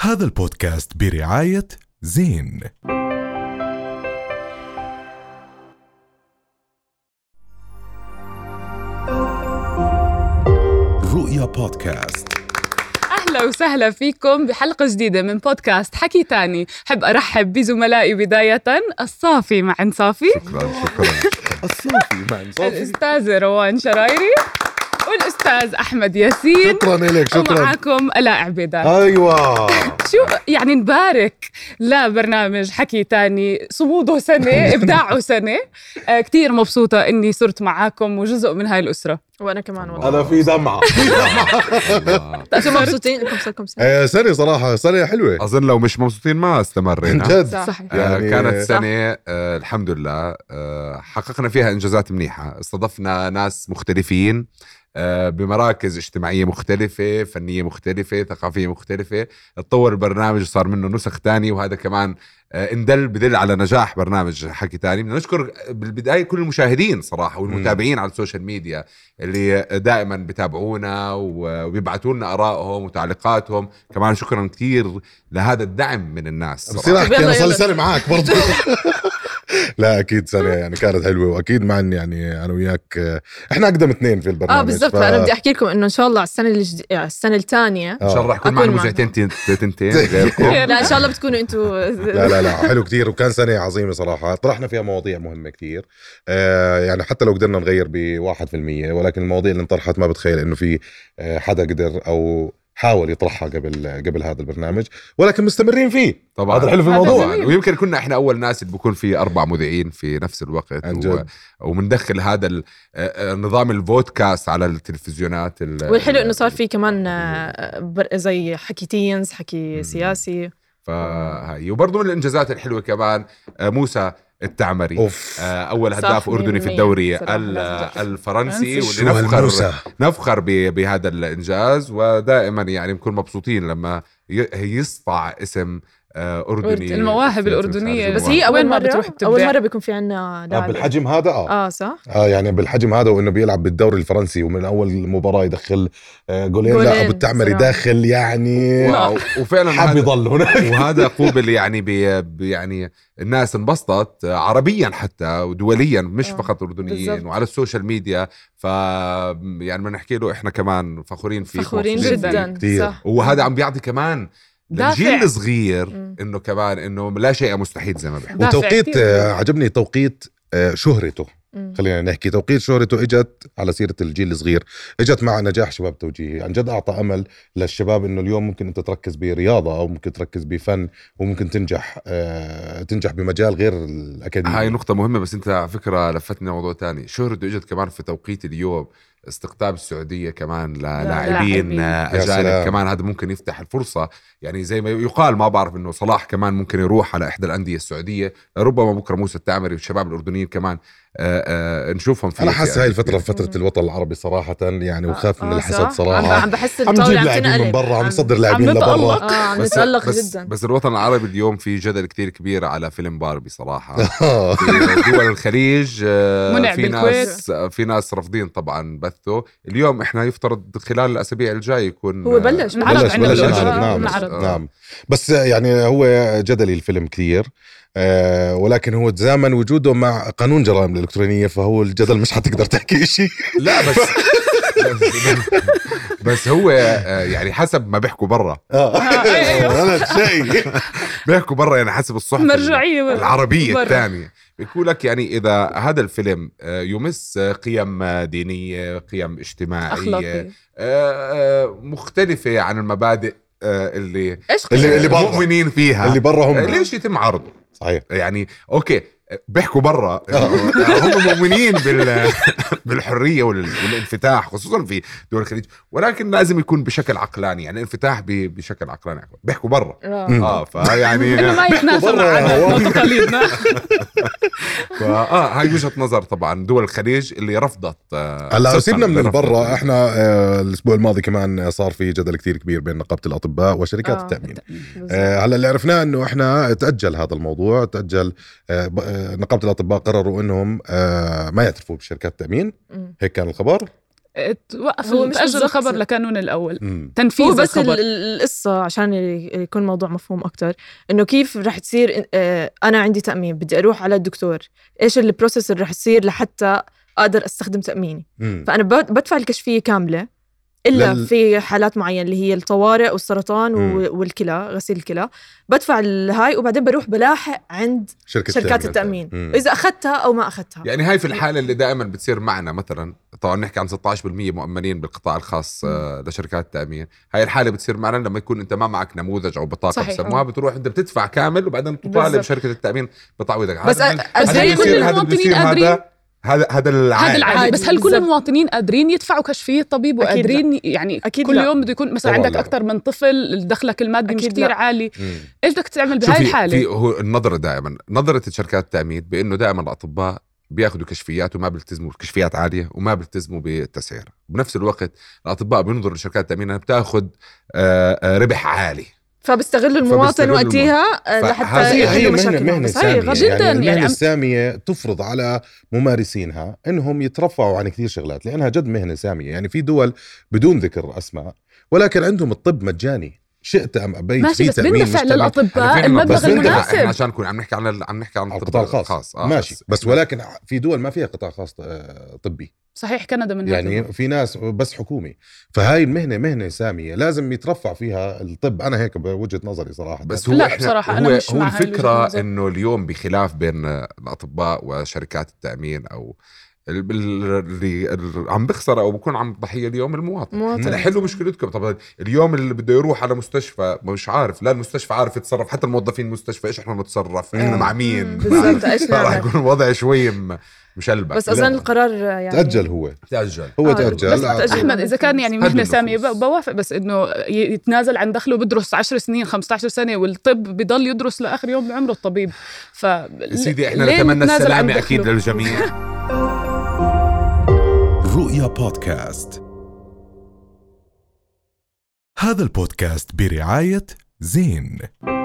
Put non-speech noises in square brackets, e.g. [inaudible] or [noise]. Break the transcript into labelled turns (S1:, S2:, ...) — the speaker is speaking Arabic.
S1: هذا البودكاست برعاية زين رؤيا بودكاست
S2: اهلا وسهلا فيكم بحلقه جديده من بودكاست حكي تاني حب ارحب بزملائي بدايه الصافي مع صافي
S3: شكرا شكرا الصافي مع
S4: [laughs]
S3: صافي
S2: الاستاذه روان شرايري والاستاذ احمد ياسين
S3: شكرا لك شكرا
S2: ومعاكم الاء عبيدان
S3: ايوه
S2: شو يعني نبارك لبرنامج حكي تاني صموده سنه ابداعه سنه آه كثير مبسوطه اني صرت معاكم وجزء من هاي الاسره
S4: وانا كمان والله
S3: انا في [laughs] دمعه
S4: انتم مبسوطين انكم صرتكم سنه
S3: آه، سنه صراحه سنه حلوه
S5: اظن لو مش مبسوطين ما
S3: عن [laughs]
S5: استمرينا
S3: جد
S4: صحيح
S3: يعني-
S5: يعني كانت
S3: صح.
S5: سنة آه الحمد لله آه حققنا فيها إنجازات منيحة استضفنا ناس مختلفين آه بمراكز اجتماعية مختلفة فنية مختلفة ثقافية مختلفة اتطور البرنامج صار منه نسخ تاني وهذا كمان آه اندل بدل على نجاح برنامج حكي تاني بدنا نشكر آه، بالبداية كل المشاهدين صراحة والمتابعين على السوشيال ميديا اللي دائما بتابعونا وبيبعتوا لنا آرائهم وتعليقاتهم كمان شكرا كثير لهذا الدعم من الناس صراحة.
S3: بصير احكي
S4: يلا،
S3: انا صار لي
S4: يلا.
S3: سنه معك
S4: [laughs]
S3: برضه [laughs] لا اكيد سنه يعني كانت حلوه واكيد مع إن يعني انا وياك آه، احنا اقدم اثنين في البرنامج
S4: اه بالضبط
S3: يعني ف-
S4: انا بدي احكي لكم انه ان شاء الله على السنه الجد... يعني السنه الثانيه
S5: ان شاء الله راح يكون
S4: أكون
S5: معنا
S4: معنا.
S5: مذيعتين تن- تنتين
S3: [laughs]
S5: [laughs] غيركم
S4: لا ان شاء الله بتكونوا انتم
S3: لا لا لا حلو كتير وكان سنة عظيمة صراحة طرحنا فيها مواضيع مهمة كتير آه يعني حتى لو قدرنا نغير بواحد في المية ولكن المواضيع اللي انطرحت ما بتخيل انه في آه حدا قدر او حاول يطرحها قبل قبل هذا البرنامج ولكن مستمرين فيه
S5: طبعا
S3: هذا الحلو في
S2: هذا
S3: الموضوع
S2: جميل.
S5: يعني ويمكن كنا احنا اول ناس اللي بكون في اربع مذيعين في نفس الوقت
S3: عن
S5: و...
S3: جد.
S5: ومندخل هذا ال... آه، آه، نظام البودكاست على التلفزيونات ال...
S4: والحلو انه صار في كمان آه، بر- زي حكي تينز حكي سياسي
S5: فهي وبرضه من الانجازات الحلوه كمان آه، موسى التعمري
S3: اوف
S5: آه، اول
S4: صح،
S5: هداف اردني في
S4: 100%
S5: الدوري
S4: صراحة
S5: ال-
S4: لازم تحكي.
S5: الفرنسي
S2: فرنسي.
S5: واللي نفخر
S3: هالموسى.
S5: نفخر ب- بهذا الانجاز ودائما يعني بنكون مبسوطين لما ي- يسطع اسم آه، اردني
S2: المواهب
S5: في- في
S2: الأردنية.
S5: خارج
S2: بس
S4: بس
S5: المواهب.
S4: هي اول
S2: وين
S4: مره
S2: مرة؟
S4: بتروح
S2: بتبدع.
S4: اول مره بيكون في عنا
S3: آه
S4: لاعب
S3: بالحجم هذا اه
S4: اه صح
S3: اه يعني بالحجم هذا وانه بيلعب بالدوري الفرنسي ومن اول مباراه يدخل آه، جولين لا
S4: جولين،
S3: ابو التعمري
S4: صراحة.
S3: داخل يعني
S5: واو وفعلا
S3: حاب
S5: هذا-
S3: يضل هناك
S5: وهذا قوبل يعني ب- ب- يعني الناس انبسطت عربيا حتى ودوليا مش
S4: آه،
S5: فقط اردنيين
S4: بالضبط.
S5: وعلى السوشيال ميديا ف يعني بدنا نحكي له احنا كمان فخورين فيك
S4: فخورين
S5: ومبسوطين فيك.
S4: جدا
S3: كتير.
S4: صح
S5: وهذا عم بيعطي كمان
S2: دافع.
S5: للجيل الصغير
S4: مم.
S5: انه كمان انه لا شيء مستحيل زي ما بيحكوا
S2: دافع
S3: وتوقيت
S2: كتير.
S3: آه، عجبني توقيت آه، شهرته
S4: مم.
S3: خلينا نحكي توقيت شهرته اجت على سيره الجيل الصغير اجت مع نجاح شباب توجيهي عن جد اعطى امل للشباب انه اليوم ممكن انت تركز برياضه او ممكن تركز بفن وممكن تنجح آه، تنجح بمجال غير الاكاديمي
S5: هاي نقطة مهمة بس أنت على فكرة لفتني موضوع تاني شهرته إجت كمان في توقيت اليوم استقطاب السعودية كمان للاعبين
S4: لاعبين.
S5: آه،
S3: يا سلام.
S5: أجانب كمان هذا ممكن يفتح الفرصة يعني زي ما يقال ما بعرف إنه صلاح كمان ممكن يروح على إحدى الأندية السعودية ربما بكرة موسى التعمري والشباب الأردنيين كمان آآ آآ نشوفهم في يعني
S3: انا حاسس
S5: في-
S3: هاي الفتره
S5: في-
S3: فتره الوطن العربي صراحه يعني وخاف من
S4: آه،
S3: الحسد
S4: صح. عم-
S3: صراحه
S4: عم بحس
S3: عم
S4: الطاولة
S3: نجيب لاعبين من
S4: تنقلب.
S3: برا عم نصدر
S2: عم
S3: لاعبين
S2: نتألق.
S3: لبرا
S4: اه عم
S5: بس
S4: نتالق
S5: بس,
S4: جدا
S5: بس الوطن العربي اليوم في جدل كتير كبير على فيلم باربي صراحة
S3: [laughs] آه.
S5: في دول الخليج آه،
S2: منع
S5: في ناس في ناس رافضين طبعا بثه اليوم احنا يفترض خلال الاسابيع الجاي يكون
S4: هو بلش آه،
S2: نعرض
S3: بلش
S2: عندنا
S3: بلش
S2: بالأردن.
S3: ينعرض، نعم
S2: نعرض.
S3: نعم بس يعني هو جدلي الفيلم كثير آه ولكن هو تزامن وجوده مع قانون جرائم الإلكترونية فهو الجدل مش حتقدر تحكي شيء
S5: [laughs] آه، لا بس بس هو آه، يعني حسب ما بيحكوا برا آه،
S3: [laughs] ولا شيء
S5: بيحكوا برا يعني حسب الصحف
S2: مرجعيه
S5: العربية
S2: برا.
S5: الثانية بيقول لك يعني إذا هذا الفيلم آه، يمس آه، قيم آه، دينية قيم اجتماعية
S4: اخلاقي
S5: آه، آه، مختلفة عن المبادئ آه، اللي
S4: ايش
S3: اللي- اللي برا.
S5: مؤمنين فيها
S3: اللي برا
S5: آه،
S3: هم
S5: ليش يتم عرضه
S3: صحيح
S5: يعني اوكي بيحكوا
S3: [laughs]
S5: برا
S3: آه.
S5: يعني هم مؤمنين بال [laughs] بالحريه وال- والانفتاح خصوصا في دول الخليج ولكن لازم يكون بشكل عقلاني يعني انفتاح ب- بشكل عقلاني أكبر. بيحكوا برا
S4: آه.
S5: اه
S2: [laughs]
S5: فيعني
S2: انه ما يتنافى
S3: برا
S2: مع
S3: يا
S2: عاداتنا
S3: هوام.
S2: وتقاليدنا
S5: فا- اه هاي وجهه نظر طبعا دول الخليج اللي رفضت آه،
S3: هلا
S5: صدقاً
S3: لو سيبنا من
S5: رفضت.
S3: البرا احنا آه، الاسبوع الماضي كمان آه، صار في جدل كثير كبير بين نقابه الاطباء وشركات
S4: آه،
S3: التامين
S4: بالضبط.
S3: آه، هلا اللي عرفناه انه احنا تاجل هذا الموضوع تاجل آه، ب- آه، نقابه الاطباء قرروا انهم آه، ما يعترفوا بشركات التامين
S4: مم.
S3: هيك كان الخبر
S2: توقف
S4: هو مش
S2: تأجل
S4: بالضبط.
S2: الخبر لكانون الأول
S3: مم.
S2: تنفيذ
S4: هو بس ال-
S2: الخبر
S4: ال- القصة عشان ي- يكون الموضوع مفهوم أكتر إنه كيف رح تصير آه، أنا عندي تأمين بدي أروح على الدكتور إيش البروسيس اللي رح تصير لحتى أقدر أستخدم تأميني
S3: مم.
S4: فأنا بد- بدفع الكشفية كاملة إلا
S3: لل-
S4: في حالات معينة اللي هي الطوارئ والسرطان و- والكلى غسيل الكلى بدفع الهاي وبعدين بروح بلاحق عند
S3: شركة
S4: شركات
S3: التأمين.
S4: التأمين
S3: مم.
S4: إذا أخذتها أو ما أخذتها
S5: يعني هاي في
S2: إيه.
S5: الحاله اللي دائما بتصير معنا مثلا طبعا نحكي عن 16% مؤمنين بالقطاع الخاص آه، لشركات التامين هاي الحاله بتصير معنا لما يكون انت ما معك نموذج او بطاقه
S2: صحيح.
S5: بسموها بتروح انت بتدفع كامل وبعدين بتطالب
S2: بالضبط.
S5: شركه التامين بتعويضك
S4: بس
S5: هذا-
S4: أ- بس
S5: هذا
S4: هي
S5: بيصير-
S4: كل
S5: هذا
S2: المواطنين
S5: بيصير
S2: قادرين؟
S5: هذا هذا هذا العادي
S2: هذا العادي
S4: عادي.
S2: بس هل كل
S4: بالضبط.
S2: المواطنين قادرين يدفعوا كشفيه طبيب
S4: أكيد
S2: وقادرين يعني
S4: أكيد
S2: كل
S4: لا.
S2: يوم بده يكون مثلا
S3: طبعاً
S2: عندك
S3: لا.
S2: اكثر من طفل دخلك المادي مش
S4: أكيد
S2: كثير
S4: لا.
S2: عالي
S3: مم.
S2: ايش بدك تعمل
S5: شوفي
S2: بهاي الحاله
S5: في هو النظره دائما نظره شركات التامين بانه دائما الاطباء بياخذوا كشفيات وما بيلتزموا كشفيات عاليه وما بيلتزموا بالتسعير بنفس الوقت الاطباء بينظروا لشركات التامين انها بتاخذ آه، آه، ربح عالي
S4: فبستغل المواطن
S5: فبستغل
S4: وقتها آه،
S5: فهذه-
S4: لحتى
S5: هي
S4: يحلوا
S3: مهنة-
S4: مشاكلهم
S3: مهنة
S4: بس هي
S3: سامية.
S4: غش-
S2: جداً،
S3: يعني المهنة
S2: يعني عم-
S3: السامية تفرض على ممارسينها انهم يترفعوا عن كثير شغلات لانها جد مهنة سامية يعني في دول بدون ذكر اسماء ولكن عندهم الطب مجاني شئت ام ابيت
S2: ماشي
S3: في
S2: بس
S3: تامين
S2: بندفع
S3: مش تأمين.
S5: أنا فاهم
S2: للاطباء
S5: بس
S2: المبلغ
S5: بدنا- احنا
S2: المناسب
S5: عشان نكون عم نحكي عن ال- عم نحكي عن
S3: على القطاع الخاص
S5: آه،
S3: ماشي
S5: بس-
S3: بس ولكن في دول ما فيها قطاع خاص آه، طبي
S2: صحيح كندا من هالجملة.
S3: يعني في ناس بس حكومي فهاي المهنه مهنه ساميه لازم يترفع فيها الطب انا هيك بوجهه نظري صراحه
S5: بس هو
S2: لا،
S5: احنا
S2: بصراحة
S5: هو,
S2: أنا مش
S5: هو
S2: مع هاي
S5: الفكره
S2: الوجهة
S5: انه اليوم بخلاف بين الاطباء وشركات التامين او ال- ال- اللي اللي عم بخسر او بكون عم ضحيه اليوم المواطن هلا
S4: مواطن
S5: حلوا مشكلتكم طب اليوم اللي بده يروح على مستشفى مش عارف لا المستشفى عارف يتصرف حتى الموظفين المستشفى ايش احنا نتصرف احنا
S2: إيه.
S3: مم.
S5: مع مين [laughs]
S4: بالضبط ايش
S5: فراح
S4: نعمل
S5: يكون الوضع شوي م- مشلبك
S4: بس
S5: لا،
S4: اظن القرار يعني
S3: تاجل هو
S5: تأجل
S3: هو
S4: آه، بس
S3: تاجل
S4: تأجل.
S2: احمد اذا كان يعني مهنه
S5: هدوا
S2: ساميه
S5: النفوس.
S2: ب- بوافق بس انه ي- يتنازل عن دخله بدرس 10 سنين 15 سنه والطب بضل يدرس لاخر يوم بعمره الطبيب ف
S5: يا سيدي احنا نتمنى السلامه اكيد
S2: [laughs]
S5: للجميع
S1: رؤيا بودكاست هذا البودكاست برعاية زين